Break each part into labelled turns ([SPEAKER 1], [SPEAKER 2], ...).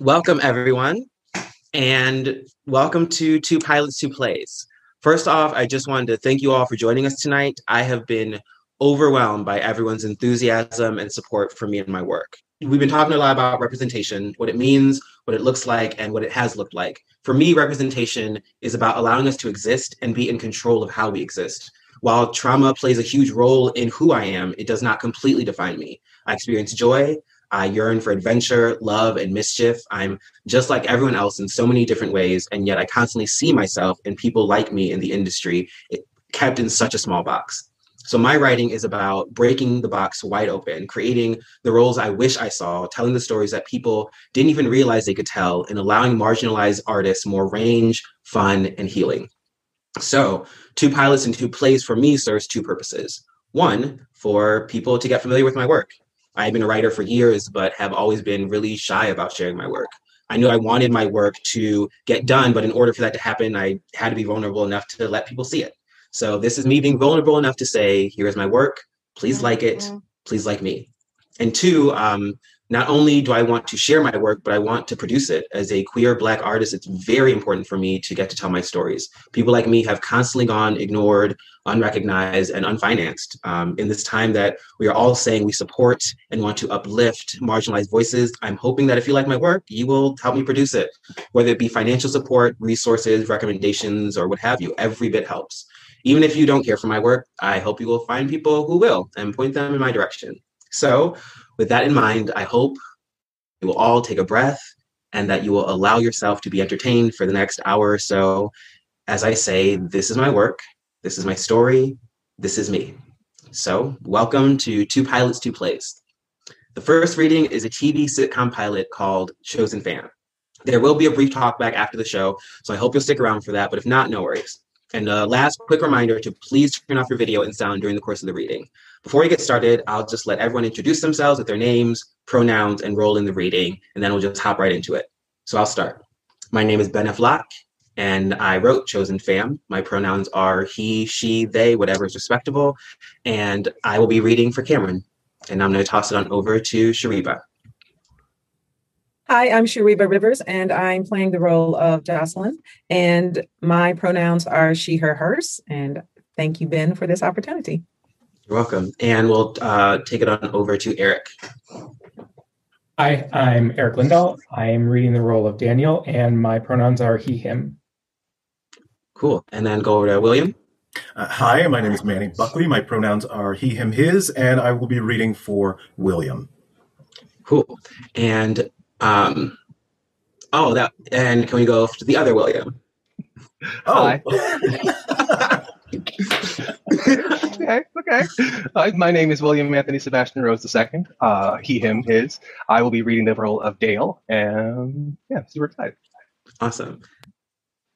[SPEAKER 1] welcome everyone, and welcome to Two Pilots, Two Plays. First off, I just wanted to thank you all for joining us tonight. I have been overwhelmed by everyone's enthusiasm and support for me and my work. We've been talking a lot about representation, what it means, what it looks like, and what it has looked like. For me, representation is about allowing us to exist and be in control of how we exist. While trauma plays a huge role in who I am, it does not completely define me. I experience joy, I yearn for adventure, love, and mischief. I'm just like everyone else in so many different ways, and yet I constantly see myself and people like me in the industry it- kept in such a small box. So my writing is about breaking the box wide open, creating the roles I wish I saw, telling the stories that people didn't even realize they could tell, and allowing marginalized artists more range, fun, and healing. So, two pilots and two plays for me serves two purposes. One, for people to get familiar with my work. I have been a writer for years, but have always been really shy about sharing my work. I knew I wanted my work to get done, but in order for that to happen, I had to be vulnerable enough to let people see it. So, this is me being vulnerable enough to say, here is my work. Please like it please like me. And two, um, not only do I want to share my work, but I want to produce it. As a queer Black artist, it's very important for me to get to tell my stories. People like me have constantly gone ignored, unrecognized, and unfinanced. Um, in this time that we are all saying we support and want to uplift marginalized voices, I'm hoping that if you like my work, you will help me produce it, whether it be financial support, resources, recommendations, or what have you. Every bit helps even if you don't care for my work, I hope you will find people who will and point them in my direction. So, with that in mind, I hope you will all take a breath and that you will allow yourself to be entertained for the next hour or so. As I say, this is my work, this is my story, this is me. So, welcome to Two Pilots, Two Plays. The first reading is a TV sitcom pilot called Chosen Fan. There will be a brief talk back after the show, so I hope you'll stick around for that, but if not, no worries. And uh, last quick reminder to please turn off your video and sound during the course of the reading. Before we get started, I'll just let everyone introduce themselves with their names, pronouns, and role in the reading, and then we'll just hop right into it. So I'll start. My name is Ben F. Locke, and I wrote Chosen Fam. My pronouns are he, she, they, whatever is respectable. And I will be reading for Cameron. And I'm going to toss it on over to Shariba.
[SPEAKER 2] Hi, I'm Shariba Rivers, and I'm playing the role of Jocelyn. And my pronouns are she, her, hers. And thank you, Ben, for this opportunity.
[SPEAKER 1] You're welcome. And we'll uh, take it on over to Eric.
[SPEAKER 3] Hi, I'm Eric Lindahl. I'm reading the role of Daniel, and my pronouns are he, him.
[SPEAKER 1] Cool. And then go over to William.
[SPEAKER 4] Uh, hi, my name is Manny Buckley. My pronouns are he, him, his, and I will be reading for William.
[SPEAKER 1] Cool. And um oh that and can we go to the other William?
[SPEAKER 4] Oh,
[SPEAKER 5] Hi.
[SPEAKER 1] Cool.
[SPEAKER 5] okay, okay. Uh, my name is William Anthony Sebastian Rose II. Uh, he, him, his. I will be reading the role of Dale, and yeah, super excited.
[SPEAKER 1] awesome.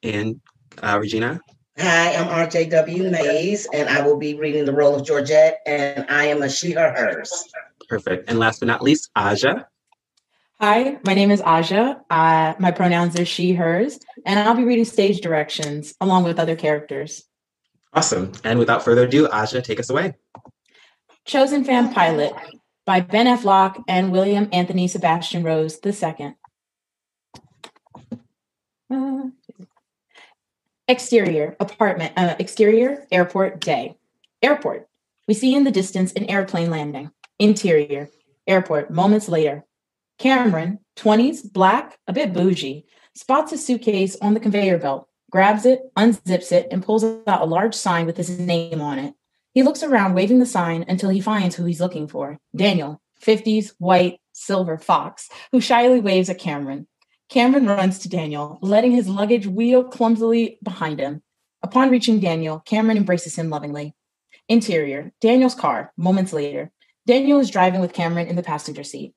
[SPEAKER 1] And uh, Regina,
[SPEAKER 6] Hi, I'm RJW Mays, and I will be reading the role of Georgette, and I am a she, her, hers.
[SPEAKER 1] perfect. And last but not least, Aja.
[SPEAKER 7] Hi, my name is Aja. Uh, my pronouns are she, hers, and I'll be reading stage directions along with other characters.
[SPEAKER 1] Awesome. And without further ado, Aja, take us away.
[SPEAKER 7] Chosen Fan Pilot by Ben F. Locke and William Anthony Sebastian Rose II. Uh, exterior, apartment, uh, exterior, airport, day. Airport. We see in the distance an airplane landing. Interior, airport, moments later. Cameron, 20s, black, a bit bougie, spots a suitcase on the conveyor belt, grabs it, unzips it, and pulls out a large sign with his name on it. He looks around, waving the sign until he finds who he's looking for Daniel, 50s, white, silver fox, who shyly waves at Cameron. Cameron runs to Daniel, letting his luggage wheel clumsily behind him. Upon reaching Daniel, Cameron embraces him lovingly. Interior Daniel's car, moments later. Daniel is driving with Cameron in the passenger seat.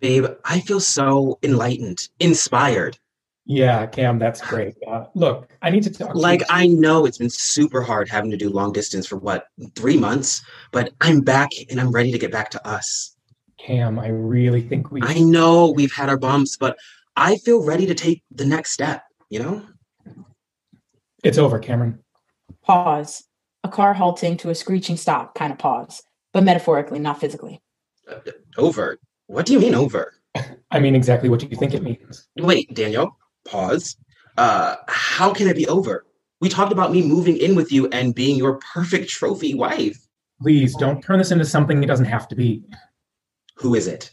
[SPEAKER 1] Babe, I feel so enlightened, inspired.
[SPEAKER 3] Yeah, Cam, that's great. Uh, look, I need to talk. to
[SPEAKER 1] Like
[SPEAKER 3] you.
[SPEAKER 1] I know it's been super hard having to do long distance for what, three months, but I'm back and I'm ready to get back to us.
[SPEAKER 3] Cam, I really think we.
[SPEAKER 1] I know we've had our bumps, but I feel ready to take the next step, you know?
[SPEAKER 3] It's over, Cameron.
[SPEAKER 7] Pause. A car halting to a screeching stop kind of pause, but metaphorically, not physically.
[SPEAKER 1] Over. What do you mean over?
[SPEAKER 3] I mean exactly what you think it means.
[SPEAKER 1] Wait, Daniel, pause. Uh, how can it be over? We talked about me moving in with you and being your perfect trophy wife.
[SPEAKER 3] Please don't turn this into something it doesn't have to be.
[SPEAKER 1] Who is it?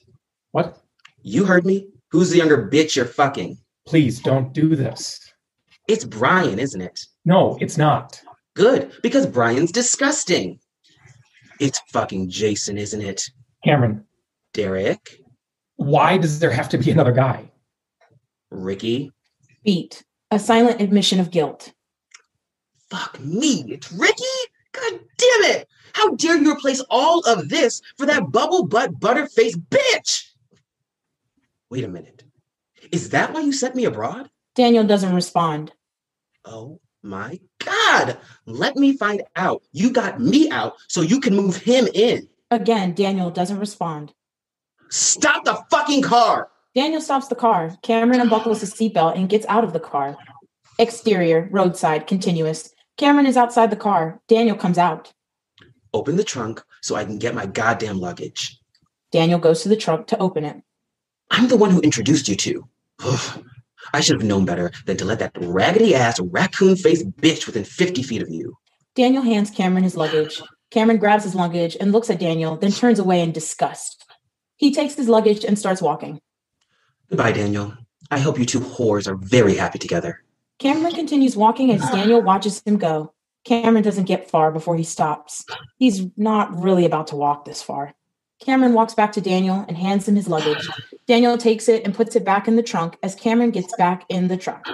[SPEAKER 3] What?
[SPEAKER 1] You heard me. Who's the younger bitch you're fucking?
[SPEAKER 3] Please don't do this.
[SPEAKER 1] It's Brian, isn't it?
[SPEAKER 3] No, it's not.
[SPEAKER 1] Good, because Brian's disgusting. It's fucking Jason, isn't it?
[SPEAKER 3] Cameron,
[SPEAKER 1] Derek,
[SPEAKER 3] why does there have to be another guy?
[SPEAKER 1] Ricky.
[SPEAKER 7] Beat. A silent admission of guilt.
[SPEAKER 1] Fuck me, it's Ricky? God damn it! How dare you replace all of this for that bubble butt butterface bitch? Wait a minute. Is that why you sent me abroad?
[SPEAKER 7] Daniel doesn't respond.
[SPEAKER 1] Oh my God. Let me find out. You got me out so you can move him in.
[SPEAKER 7] Again, Daniel doesn't respond.
[SPEAKER 1] Stop the fucking car.
[SPEAKER 7] Daniel stops the car. Cameron unbuckles his seatbelt and gets out of the car. Exterior, roadside, continuous. Cameron is outside the car. Daniel comes out.
[SPEAKER 1] Open the trunk so I can get my goddamn luggage.
[SPEAKER 7] Daniel goes to the trunk to open it.
[SPEAKER 1] I'm the one who introduced you to. Ugh. I should have known better than to let that raggedy ass raccoon faced bitch within 50 feet of you.
[SPEAKER 7] Daniel hands Cameron his luggage. Cameron grabs his luggage and looks at Daniel, then turns away in disgust. He takes his luggage and starts walking.
[SPEAKER 1] Goodbye, Daniel. I hope you two whores are very happy together.
[SPEAKER 7] Cameron continues walking as Daniel watches him go. Cameron doesn't get far before he stops. He's not really about to walk this far. Cameron walks back to Daniel and hands him his luggage. Daniel takes it and puts it back in the trunk as Cameron gets back in the truck.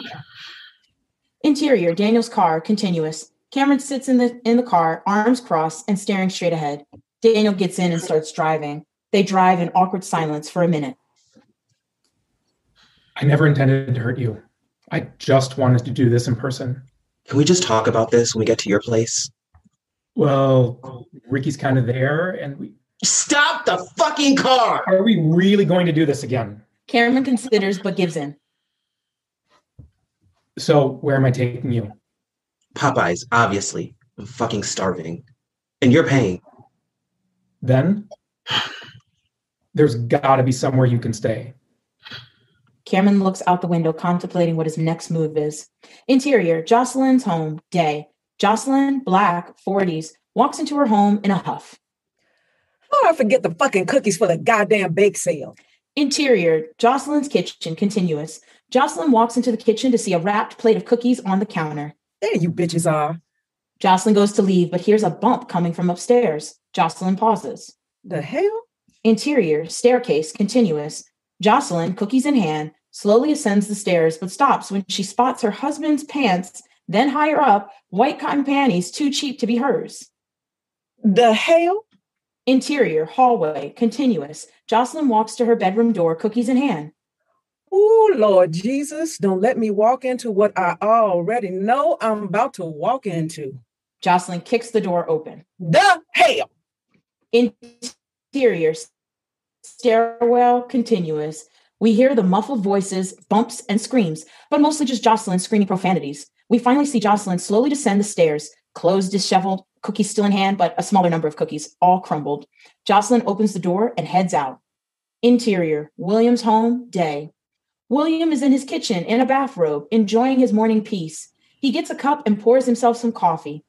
[SPEAKER 7] Interior, Daniel's car, continuous. Cameron sits in the in the car, arms crossed and staring straight ahead. Daniel gets in and starts driving. They drive in awkward silence for a minute.
[SPEAKER 3] I never intended to hurt you. I just wanted to do this in person.
[SPEAKER 1] Can we just talk about this when we get to your place?
[SPEAKER 3] Well, Ricky's kind of there, and we
[SPEAKER 1] Stop the fucking car.
[SPEAKER 3] are we really going to do this again?
[SPEAKER 7] Cameron considers but gives in.
[SPEAKER 3] So where am I taking you?
[SPEAKER 1] Popeyes, obviously. I'm fucking starving. And you're paying.
[SPEAKER 3] Then there's got to be somewhere you can stay.
[SPEAKER 7] Cameron looks out the window, contemplating what his next move is. Interior Jocelyn's home, day. Jocelyn, black, 40s, walks into her home in a huff.
[SPEAKER 2] Oh, I forget the fucking cookies for the goddamn bake sale.
[SPEAKER 7] Interior Jocelyn's kitchen, continuous. Jocelyn walks into the kitchen to see a wrapped plate of cookies on the counter.
[SPEAKER 2] There you bitches are.
[SPEAKER 7] Jocelyn goes to leave, but hears a bump coming from upstairs. Jocelyn pauses.
[SPEAKER 2] The hell?
[SPEAKER 7] Interior, staircase, continuous. Jocelyn, cookies in hand, slowly ascends the stairs, but stops when she spots her husband's pants, then higher up, white cotton panties too cheap to be hers.
[SPEAKER 2] The hell?
[SPEAKER 7] Interior, hallway, continuous. Jocelyn walks to her bedroom door, cookies in hand.
[SPEAKER 2] Oh, Lord Jesus, don't let me walk into what I already know I'm about to walk into.
[SPEAKER 7] Jocelyn kicks the door open.
[SPEAKER 2] The hell?
[SPEAKER 7] Interior, stairwell, continuous. We hear the muffled voices, bumps, and screams, but mostly just Jocelyn screaming profanities. We finally see Jocelyn slowly descend the stairs, clothes disheveled, cookies still in hand, but a smaller number of cookies, all crumbled. Jocelyn opens the door and heads out. Interior, William's home, day. William is in his kitchen in a bathrobe, enjoying his morning peace. He gets a cup and pours himself some coffee.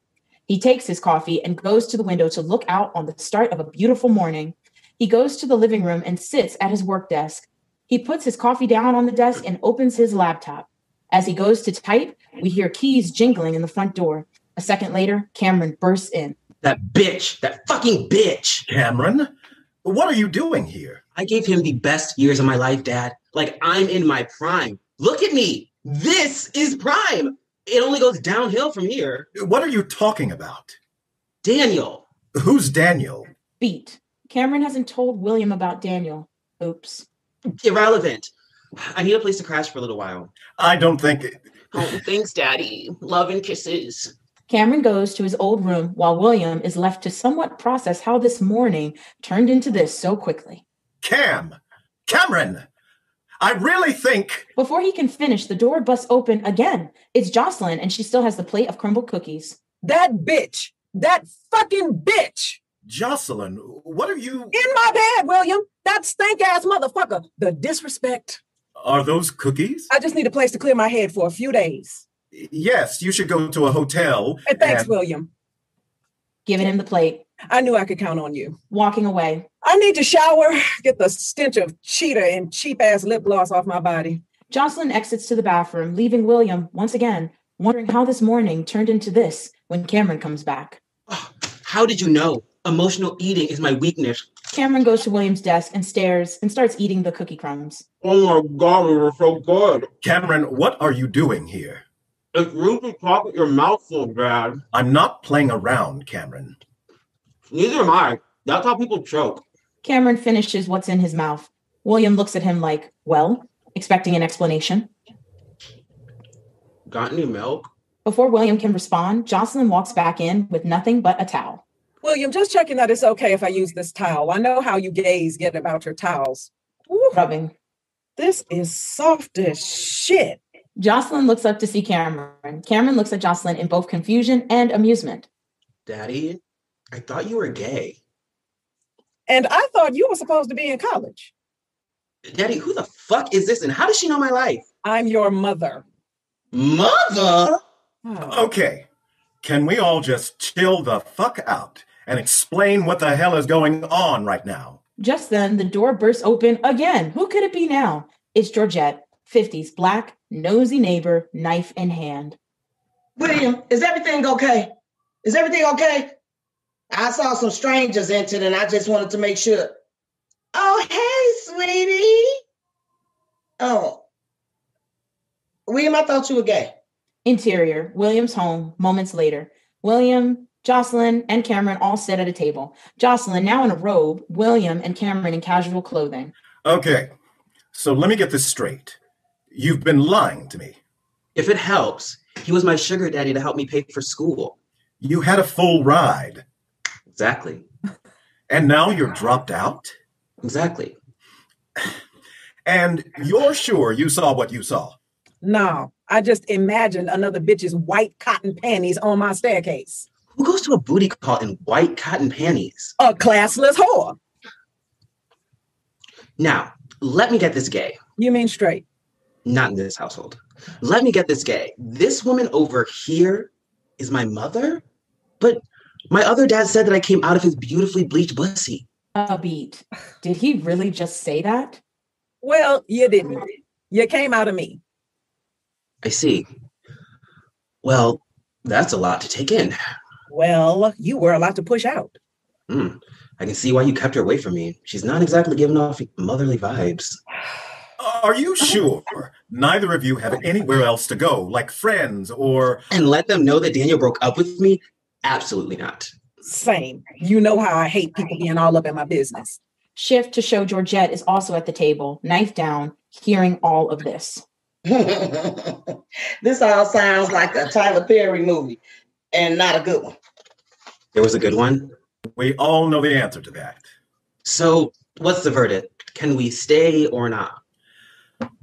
[SPEAKER 7] He takes his coffee and goes to the window to look out on the start of a beautiful morning. He goes to the living room and sits at his work desk. He puts his coffee down on the desk and opens his laptop. As he goes to type, we hear keys jingling in the front door. A second later, Cameron bursts in.
[SPEAKER 1] That bitch. That fucking bitch.
[SPEAKER 4] Cameron, what are you doing here?
[SPEAKER 1] I gave him the best years of my life, Dad. Like I'm in my prime. Look at me. This is prime. It only goes downhill from here.
[SPEAKER 4] What are you talking about?
[SPEAKER 1] Daniel,
[SPEAKER 4] Who's Daniel?
[SPEAKER 7] Beat. Cameron hasn't told William about Daniel. Oops.
[SPEAKER 1] irrelevant. I need a place to crash for a little while.
[SPEAKER 4] I don't think.
[SPEAKER 1] Oh, thanks, Daddy. Love and kisses.
[SPEAKER 7] Cameron goes to his old room while William is left to somewhat process how this morning turned into this so quickly.
[SPEAKER 4] Cam! Cameron! I really think.
[SPEAKER 7] Before he can finish, the door busts open again. It's Jocelyn, and she still has the plate of crumbled cookies.
[SPEAKER 2] That bitch. That fucking bitch.
[SPEAKER 4] Jocelyn, what are you?
[SPEAKER 2] In my bed, William. That stank ass motherfucker. The disrespect.
[SPEAKER 4] Are those cookies?
[SPEAKER 2] I just need a place to clear my head for a few days.
[SPEAKER 4] Yes, you should go to a hotel.
[SPEAKER 2] And thanks,
[SPEAKER 4] and-
[SPEAKER 2] William.
[SPEAKER 7] giving him the plate,
[SPEAKER 2] I knew I could count on you.
[SPEAKER 7] walking away.
[SPEAKER 2] I need to shower, get the stench of cheetah and cheap ass lip gloss off my body.
[SPEAKER 7] Jocelyn exits to the bathroom, leaving William once again wondering how this morning turned into this when Cameron comes back.
[SPEAKER 1] Oh, how did you know? Emotional eating is my weakness.
[SPEAKER 7] Cameron goes to William's desk and stares and starts eating the cookie crumbs.
[SPEAKER 1] Oh my god, we were so good.
[SPEAKER 4] Cameron, what are you doing here?
[SPEAKER 1] It's rude to talk with your mouth so bad.
[SPEAKER 4] I'm not playing around, Cameron.
[SPEAKER 1] Neither am I. That's how people choke.
[SPEAKER 7] Cameron finishes what's in his mouth. William looks at him like, well, expecting an explanation.
[SPEAKER 1] Got any milk?
[SPEAKER 7] Before William can respond, Jocelyn walks back in with nothing but a towel.
[SPEAKER 2] William, just checking that it's okay if I use this towel. I know how you gays get about your towels. Woo,
[SPEAKER 7] Rubbing.
[SPEAKER 2] this is soft as shit.
[SPEAKER 7] Jocelyn looks up to see Cameron. Cameron looks at Jocelyn in both confusion and amusement.
[SPEAKER 1] Daddy, I thought you were gay.
[SPEAKER 2] And I thought you were supposed to be in college.
[SPEAKER 1] Daddy, who the fuck is this and how does she know my life?
[SPEAKER 2] I'm your mother.
[SPEAKER 1] Mother?
[SPEAKER 2] Oh.
[SPEAKER 4] Okay, can we all just chill the fuck out and explain what the hell is going on right now?
[SPEAKER 7] Just then, the door bursts open again. Who could it be now? It's Georgette, 50s, black, nosy neighbor, knife in hand.
[SPEAKER 6] William, is everything okay? Is everything okay? I saw some strangers entered and I just wanted to make sure. Oh, hey, sweetie. Oh. William, I thought you were gay.
[SPEAKER 7] Interior, William's home, moments later. William, Jocelyn, and Cameron all sit at a table. Jocelyn now in a robe, William and Cameron in casual clothing.
[SPEAKER 4] Okay, so let me get this straight. You've been lying to me.
[SPEAKER 1] If it helps, he was my sugar daddy to help me pay for school.
[SPEAKER 4] You had a full ride,
[SPEAKER 1] Exactly.
[SPEAKER 4] and now you're dropped out?
[SPEAKER 1] Exactly.
[SPEAKER 4] And you're sure you saw what you saw?
[SPEAKER 2] No, I just imagined another bitch's white cotton panties on my staircase.
[SPEAKER 1] Who goes to a booty call in white cotton panties?
[SPEAKER 2] A classless whore.
[SPEAKER 1] Now, let me get this gay.
[SPEAKER 2] You mean straight?
[SPEAKER 1] Not in this household. Let me get this gay. This woman over here is my mother? But my other dad said that I came out of his beautifully bleached pussy.
[SPEAKER 7] A beat. Did he really just say that?
[SPEAKER 2] Well, you didn't. You came out of me.
[SPEAKER 1] I see. Well, that's a lot to take in.
[SPEAKER 2] Well, you were a lot to push out.
[SPEAKER 1] Hmm. I can see why you kept her away from me. She's not exactly giving off motherly vibes.
[SPEAKER 4] Are you sure neither of you have anywhere else to go, like friends or
[SPEAKER 1] And let them know that Daniel broke up with me? Absolutely not.
[SPEAKER 2] Same. You know how I hate people being all up in my business.
[SPEAKER 7] Shift to show Georgette is also at the table, knife down, hearing all of this.
[SPEAKER 6] this all sounds like a Tyler Perry movie and not a good one.
[SPEAKER 1] There was a good one.
[SPEAKER 4] we all know the answer to that?
[SPEAKER 1] So, what's the verdict? Can we stay or not?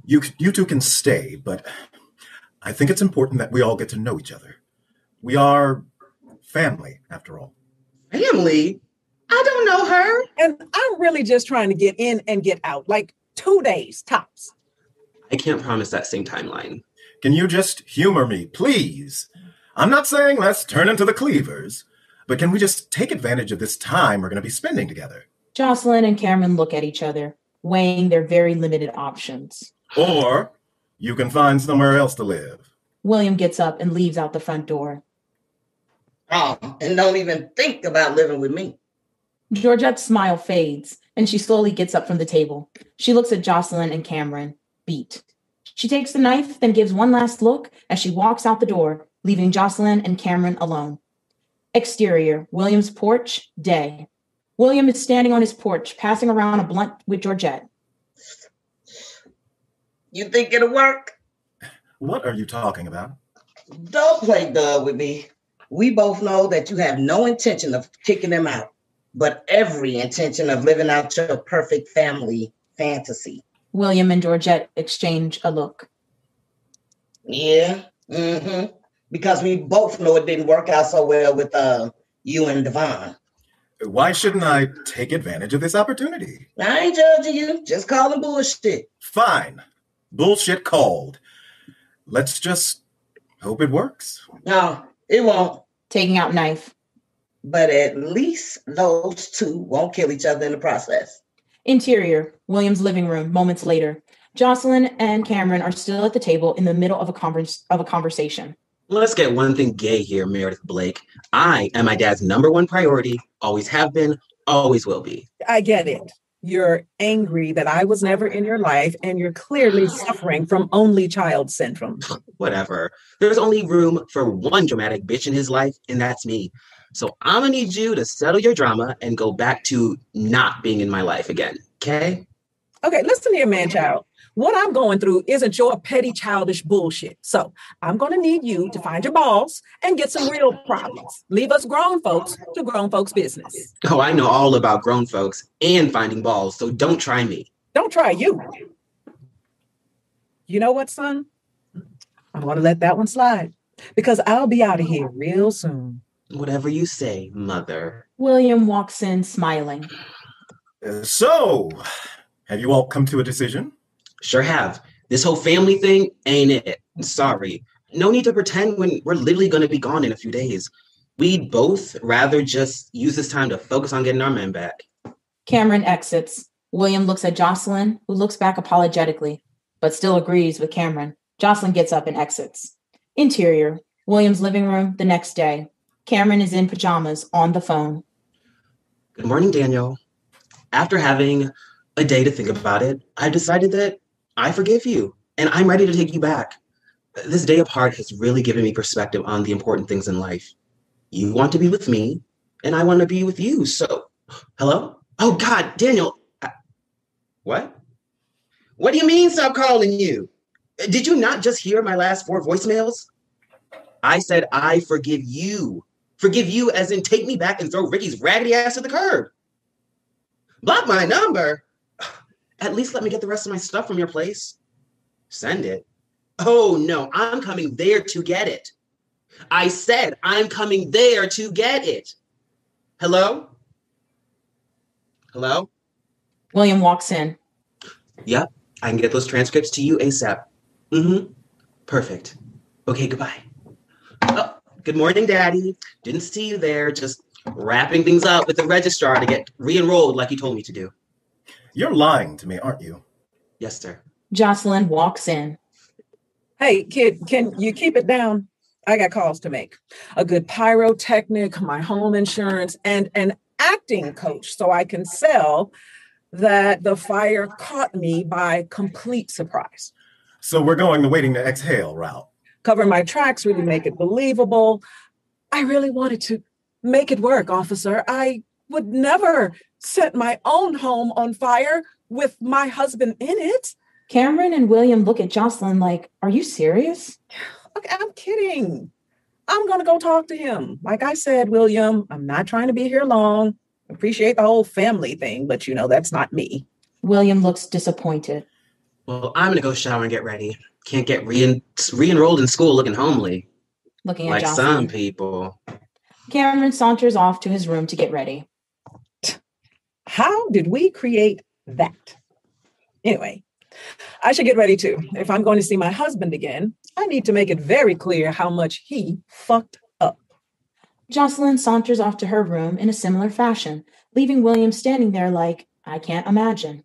[SPEAKER 4] You you two can stay, but I think it's important that we all get to know each other. We are family after all.
[SPEAKER 1] Family? I don't know her.
[SPEAKER 2] And I'm really just trying to get in and get out, like two days tops.
[SPEAKER 1] I can't promise that same timeline.
[SPEAKER 4] Can you just humor me, please? I'm not saying let's turn into the cleavers, but can we just take advantage of this time we're going to be spending together?
[SPEAKER 7] Jocelyn and Cameron look at each other, weighing their very limited options.
[SPEAKER 4] Or you can find somewhere else to live.
[SPEAKER 7] William gets up and leaves out the front door.
[SPEAKER 6] Oh, and don't even think about living with me.
[SPEAKER 7] Georgette's smile fades and she slowly gets up from the table. She looks at Jocelyn and Cameron, beat. She takes the knife, then gives one last look as she walks out the door, leaving Jocelyn and Cameron alone. Exterior, William's porch, day. William is standing on his porch, passing around a blunt with Georgette.
[SPEAKER 6] You think it'll work?
[SPEAKER 4] What are you talking about?
[SPEAKER 6] Don't play dub with me. We both know that you have no intention of kicking them out, but every intention of living out your perfect family fantasy.
[SPEAKER 7] William and Georgette exchange a look.
[SPEAKER 6] Yeah. mm-hmm. hmm Because we both know it didn't work out so well with uh, you and Devon.
[SPEAKER 4] Why shouldn't I take advantage of this opportunity?
[SPEAKER 6] I ain't judging you. Just calling bullshit.
[SPEAKER 4] Fine. Bullshit called. Let's just hope it works.
[SPEAKER 6] No, it won't.
[SPEAKER 7] Taking out knife.
[SPEAKER 6] But at least those two won't kill each other in the process.
[SPEAKER 7] Interior, William's living room, moments later. Jocelyn and Cameron are still at the table in the middle of a converse, of a conversation.
[SPEAKER 1] Let's get one thing gay here, Meredith Blake. I am my dad's number one priority, always have been, always will be.
[SPEAKER 2] I get it. You're angry that I was never in your life, and you're clearly suffering from only child syndrome.
[SPEAKER 1] Whatever. There's only room for one dramatic bitch in his life, and that's me. So I'm gonna need you to settle your drama and go back to not being in my life again. Okay?
[SPEAKER 2] Okay, listen here, man child. What I'm going through isn't your petty childish bullshit. So I'm going to need you to find your balls and get some real problems. Leave us grown folks to grown folks' business.
[SPEAKER 1] Oh, I know all about grown folks and finding balls, so don't try me.
[SPEAKER 2] Don't try you. You know what, son? I'm going to let that one slide because I'll be out of here real soon.
[SPEAKER 1] Whatever you say, mother.
[SPEAKER 7] William walks in smiling.
[SPEAKER 4] So, have you all come to a decision?
[SPEAKER 1] Sure have. This whole family thing ain't it. I'm sorry. No need to pretend when we're literally going to be gone in a few days. We'd both rather just use this time to focus on getting our men back.
[SPEAKER 7] Cameron exits. William looks at Jocelyn, who looks back apologetically, but still agrees with Cameron. Jocelyn gets up and exits. Interior William's living room the next day. Cameron is in pajamas on the phone.
[SPEAKER 1] Good morning, Daniel. After having a day to think about it, I decided that I forgive you and I'm ready to take you back. This day apart has really given me perspective on the important things in life. You want to be with me and I want to be with you. So, hello? Oh, God, Daniel. I- what? What do you mean, stop calling you? Did you not just hear my last four voicemails? I said, I forgive you. Forgive you, as in take me back and throw Ricky's raggedy ass to the curb. Block my number at least let me get the rest of my stuff from your place. Send it. Oh no, I'm coming there to get it. I said I'm coming there to get it. Hello? Hello?
[SPEAKER 7] William walks in.
[SPEAKER 1] Yep, I can get those transcripts to you ASAP. Mm hmm. Perfect. Okay, goodbye. Oh, good morning, Daddy. Didn't see you there. Just wrapping things up with the registrar to get re enrolled like you told me to do.
[SPEAKER 4] You're lying to me, aren't you?
[SPEAKER 1] Yes, sir.
[SPEAKER 7] Jocelyn walks in.
[SPEAKER 2] Hey, kid, can you keep it down? I got calls to make. A good pyrotechnic, my home insurance, and an acting coach so I can sell that the fire caught me by complete surprise.
[SPEAKER 4] So we're going the waiting to exhale route.
[SPEAKER 2] Cover my tracks, really make it believable. I really wanted to make it work, officer. I would never set my own home on fire with my husband in it.
[SPEAKER 7] Cameron and William look at Jocelyn like, Are you serious?
[SPEAKER 2] Okay, I'm kidding. I'm going to go talk to him. Like I said, William, I'm not trying to be here long. Appreciate the whole family thing, but you know, that's not me.
[SPEAKER 7] William looks disappointed.
[SPEAKER 1] Well, I'm going to go shower and get ready. Can't get re enrolled in school looking homely
[SPEAKER 7] Looking at
[SPEAKER 1] like
[SPEAKER 7] Jocelyn.
[SPEAKER 1] some people.
[SPEAKER 7] Cameron saunters off to his room to get ready.
[SPEAKER 2] How did we create that? Anyway, I should get ready too. If I'm going to see my husband again, I need to make it very clear how much he fucked up.
[SPEAKER 7] Jocelyn saunters off to her room in a similar fashion, leaving William standing there like, I can't imagine.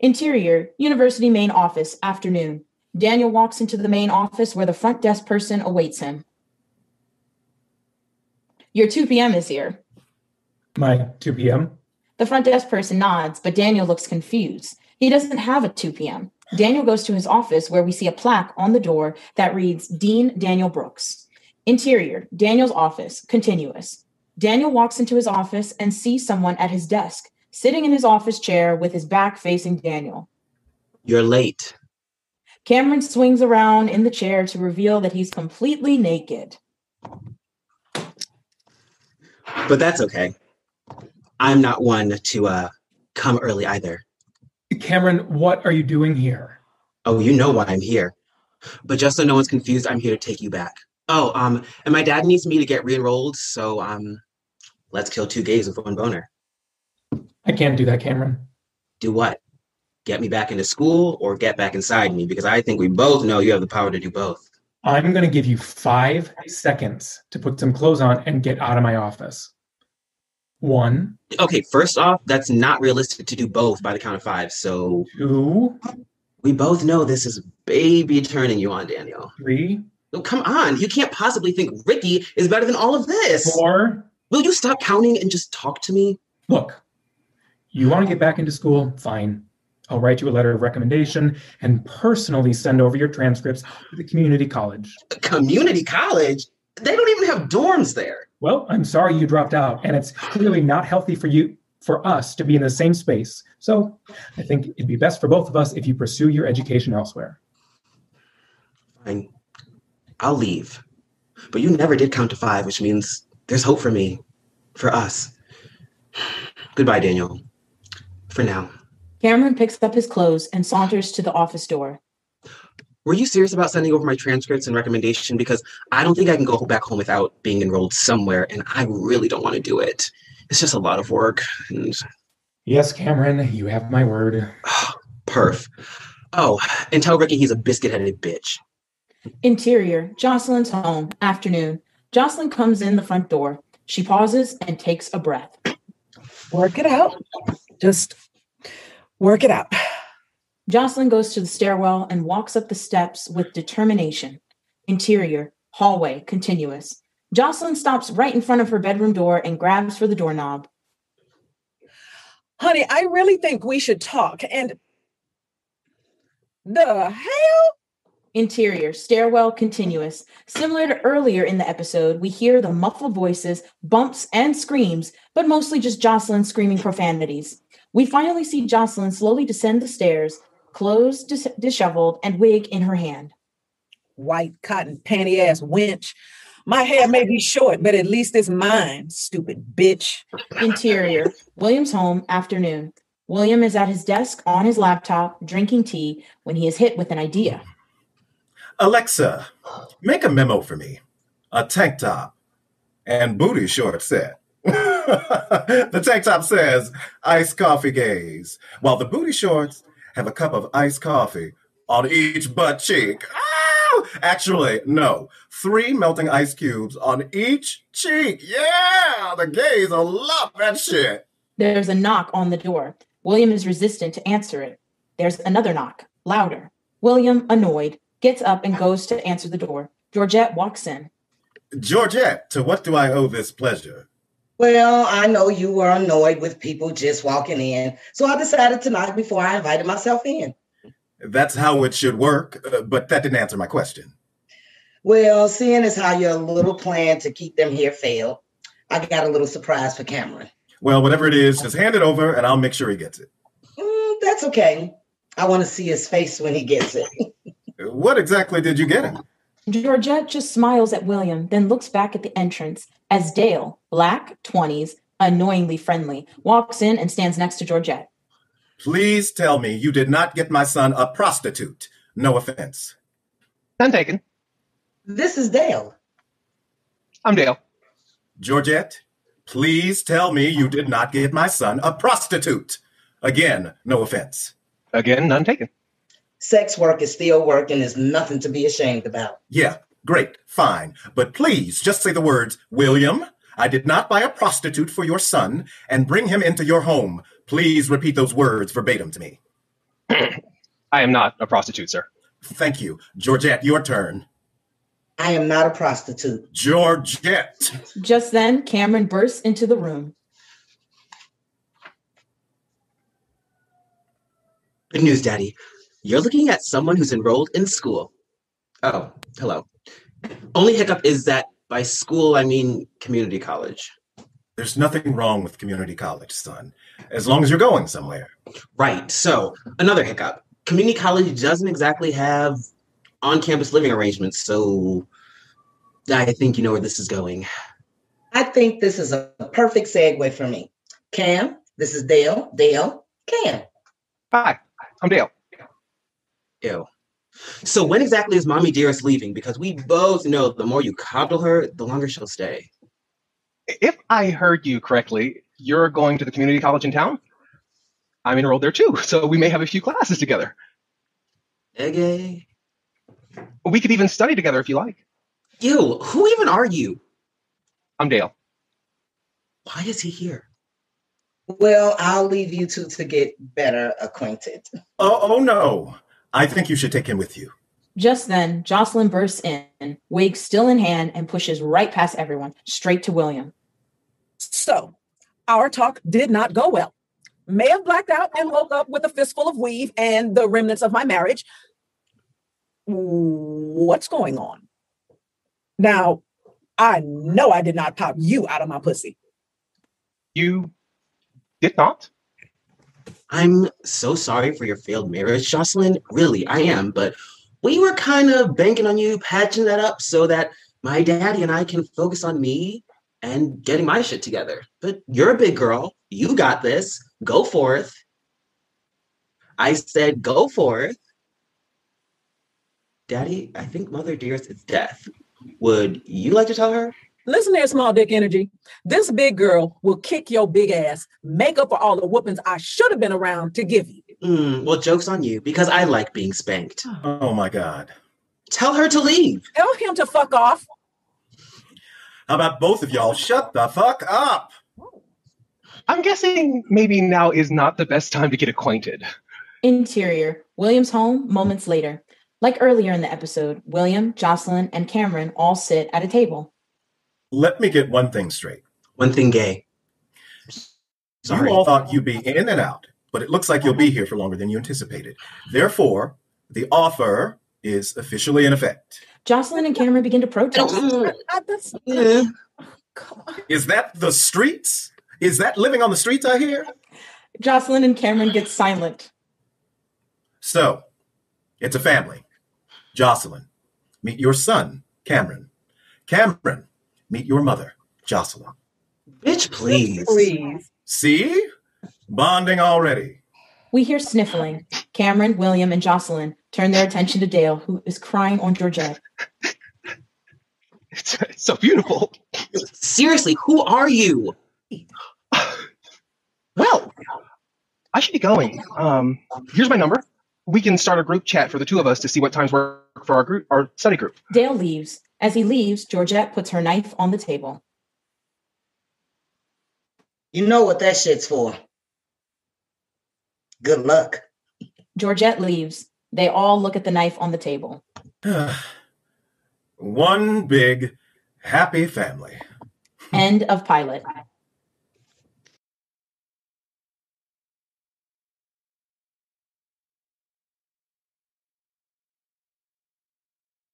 [SPEAKER 7] Interior, University main office, afternoon. Daniel walks into the main office where the front desk person awaits him. Your 2 p.m. is here.
[SPEAKER 3] My 2 p.m.
[SPEAKER 7] The front desk person nods, but Daniel looks confused. He doesn't have a 2 p.m. Daniel goes to his office where we see a plaque on the door that reads Dean Daniel Brooks. Interior, Daniel's office, continuous. Daniel walks into his office and sees someone at his desk, sitting in his office chair with his back facing Daniel.
[SPEAKER 1] You're late.
[SPEAKER 7] Cameron swings around in the chair to reveal that he's completely naked.
[SPEAKER 1] But that's okay. I'm not one to uh, come early either.
[SPEAKER 3] Cameron, what are you doing here?
[SPEAKER 1] Oh, you know why I'm here. But just so no one's confused, I'm here to take you back. Oh, um, and my dad needs me to get re-enrolled, so um, Let's kill two gays with one boner.
[SPEAKER 3] I can't do that, Cameron.
[SPEAKER 1] Do what? Get me back into school or get back inside me? Because I think we both know you have the power to do both.
[SPEAKER 3] I'm going to give you five seconds to put some clothes on and get out of my office. One,
[SPEAKER 1] Okay, first off, that's not realistic to do both by the count of five. So
[SPEAKER 3] two,
[SPEAKER 1] we both know this is baby turning you on, Daniel.
[SPEAKER 3] three,
[SPEAKER 1] No, come on. You can't possibly think Ricky is better than all of this.
[SPEAKER 3] four.
[SPEAKER 1] Will you stop counting and just talk to me?
[SPEAKER 3] Look, you want to get back into school? Fine. I'll write you a letter of recommendation and personally send over your transcripts to the community college.
[SPEAKER 1] Community college? They don't even have dorms there.
[SPEAKER 3] Well, I'm sorry you dropped out, and it's clearly not healthy for you for us to be in the same space. So I think it'd be best for both of us if you pursue your education elsewhere.
[SPEAKER 1] Fine. I'll leave. But you never did count to five, which means there's hope for me, for us. Goodbye, Daniel. For now.
[SPEAKER 7] Cameron picks up his clothes and saunters to the office door.
[SPEAKER 1] Were you serious about sending over my transcripts and recommendation? Because I don't think I can go back home without being enrolled somewhere, and I really don't want to do it. It's just a lot of work. And
[SPEAKER 3] Yes, Cameron, you have my word.
[SPEAKER 1] perf. Oh, and tell Ricky he's a biscuit headed bitch.
[SPEAKER 7] Interior, Jocelyn's home, afternoon. Jocelyn comes in the front door. She pauses and takes a breath.
[SPEAKER 2] Work it out. Just work it out.
[SPEAKER 7] Jocelyn goes to the stairwell and walks up the steps with determination. Interior, hallway, continuous. Jocelyn stops right in front of her bedroom door and grabs for the doorknob.
[SPEAKER 2] Honey, I really think we should talk. And the hell?
[SPEAKER 7] Interior, stairwell, continuous. Similar to earlier in the episode, we hear the muffled voices, bumps, and screams, but mostly just Jocelyn screaming profanities. We finally see Jocelyn slowly descend the stairs, clothes dis- disheveled, and wig in her hand.
[SPEAKER 2] White cotton panty ass wench. My hair may be short, but at least it's mine, stupid bitch.
[SPEAKER 7] Interior, William's home, afternoon. William is at his desk on his laptop, drinking tea, when he is hit with an idea.
[SPEAKER 4] Alexa, make a memo for me. A tank top and booty short set. the tank top says iced coffee gaze, while the booty shorts have a cup of iced coffee on each butt cheek. Ah! Actually, no, three melting ice cubes on each cheek. Yeah, the gays will love that shit.
[SPEAKER 7] There's a knock on the door. William is resistant to answer it. There's another knock, louder. William, annoyed, gets up and goes to answer the door. Georgette walks in.
[SPEAKER 4] Georgette, to what do I owe this pleasure?
[SPEAKER 6] Well, I know you were annoyed with people just walking in, so I decided to knock before I invited myself in.
[SPEAKER 4] That's how it should work, uh, but that didn't answer my question.
[SPEAKER 6] Well, seeing as how your little plan to keep them here failed, I got a little surprise for Cameron.
[SPEAKER 4] Well, whatever it is, just hand it over and I'll make sure he gets it.
[SPEAKER 6] Mm, that's okay. I want to see his face when he gets it.
[SPEAKER 4] What exactly did you get him?
[SPEAKER 7] Georgette just smiles at William, then looks back at the entrance as Dale, black, 20s, annoyingly friendly, walks in and stands next to Georgette.
[SPEAKER 4] Please tell me you did not get my son a prostitute. No offense.
[SPEAKER 5] None taken.
[SPEAKER 6] This is Dale.
[SPEAKER 5] I'm Dale.
[SPEAKER 4] Georgette, please tell me you did not get my son a prostitute. Again, no offense.
[SPEAKER 5] Again, none taken.
[SPEAKER 6] Sex work is still work and there's nothing to be ashamed about.
[SPEAKER 4] Yeah, great, fine. But please just say the words, William, I did not buy a prostitute for your son and bring him into your home. Please repeat those words verbatim to me.
[SPEAKER 5] I am not a prostitute, sir.
[SPEAKER 4] Thank you. Georgette, your turn.
[SPEAKER 6] I am not a prostitute.
[SPEAKER 4] Georgette.
[SPEAKER 7] Just then, Cameron bursts into the room.
[SPEAKER 1] Good news, Daddy. You're looking at someone who's enrolled in school. Oh, hello. Only hiccup is that by school, I mean community college.
[SPEAKER 4] There's nothing wrong with community college, son, as long as you're going somewhere.
[SPEAKER 1] Right. So, another hiccup. Community college doesn't exactly have on campus living arrangements. So, I think you know where this is going.
[SPEAKER 6] I think this is a perfect segue for me. Cam, this is Dale. Dale, Cam.
[SPEAKER 5] Hi, I'm Dale.
[SPEAKER 1] Ew. So, when exactly is Mommy Dearest leaving? Because we both know the more you coddle her, the longer she'll stay.
[SPEAKER 5] if I heard you correctly, you're going to the community college in town. I'm enrolled there too, so we may have a few classes together.
[SPEAKER 1] Okay.
[SPEAKER 5] We could even study together if you like.
[SPEAKER 1] You, who even are you?
[SPEAKER 5] I'm Dale.
[SPEAKER 1] Why is he here?
[SPEAKER 6] Well, I'll leave you two to get better acquainted.
[SPEAKER 4] Oh, oh no. I think you should take him with you.
[SPEAKER 7] Just then, Jocelyn bursts in, wig still in hand, and pushes right past everyone, straight to William.
[SPEAKER 2] So, our talk did not go well. May have blacked out and woke up with a fistful of weave and the remnants of my marriage. What's going on? Now, I know I did not pop you out of my pussy.
[SPEAKER 5] You did not?
[SPEAKER 1] I'm so sorry for your failed marriage, Jocelyn. Really, I am. But we were kind of banking on you patching that up so that my daddy and I can focus on me and getting my shit together. But you're a big girl. You got this. Go forth. I said, go forth. Daddy, I think Mother Dearest is death. Would you like to tell her?
[SPEAKER 2] Listen there, small dick energy. This big girl will kick your big ass, make up for all the whoopings I should have been around to give you.
[SPEAKER 1] Mm, well, joke's on you because I like being spanked.
[SPEAKER 4] Oh my God.
[SPEAKER 1] Tell her to leave.
[SPEAKER 2] Tell him to fuck off.
[SPEAKER 4] How about both of y'all shut the fuck up?
[SPEAKER 5] I'm guessing maybe now is not the best time to get acquainted.
[SPEAKER 7] Interior, William's home moments later. Like earlier in the episode, William, Jocelyn, and Cameron all sit at a table.
[SPEAKER 4] Let me get one thing straight.
[SPEAKER 1] One thing gay. Sorry.
[SPEAKER 4] You all thought you'd be in and out, but it looks like you'll be here for longer than you anticipated. Therefore, the offer is officially in effect.
[SPEAKER 7] Jocelyn and Cameron begin to protest.
[SPEAKER 1] Mm,
[SPEAKER 2] I, that's,
[SPEAKER 1] yeah.
[SPEAKER 2] come on.
[SPEAKER 4] Is that the streets? Is that living on the streets I hear?
[SPEAKER 7] Jocelyn and Cameron get silent.
[SPEAKER 4] So, it's a family. Jocelyn, meet your son, Cameron. Cameron, meet your mother, Jocelyn.
[SPEAKER 1] Bitch, please.
[SPEAKER 6] Please.
[SPEAKER 4] See? Bonding already.
[SPEAKER 7] We hear sniffling. Cameron, William, and Jocelyn turn their attention to Dale, who is crying on Georgette.
[SPEAKER 5] It's, it's so beautiful.
[SPEAKER 1] Seriously, who are you?
[SPEAKER 5] Well, I should be going. Um, here's my number. We can start a group chat for the two of us to see what times work for our group, our study group.
[SPEAKER 7] Dale leaves. As he leaves, Georgette puts her knife on the table.
[SPEAKER 6] You know what that shit's for. Good luck.
[SPEAKER 7] Georgette leaves. They all look at the knife on the table.
[SPEAKER 4] one big happy family.
[SPEAKER 7] End of pilot.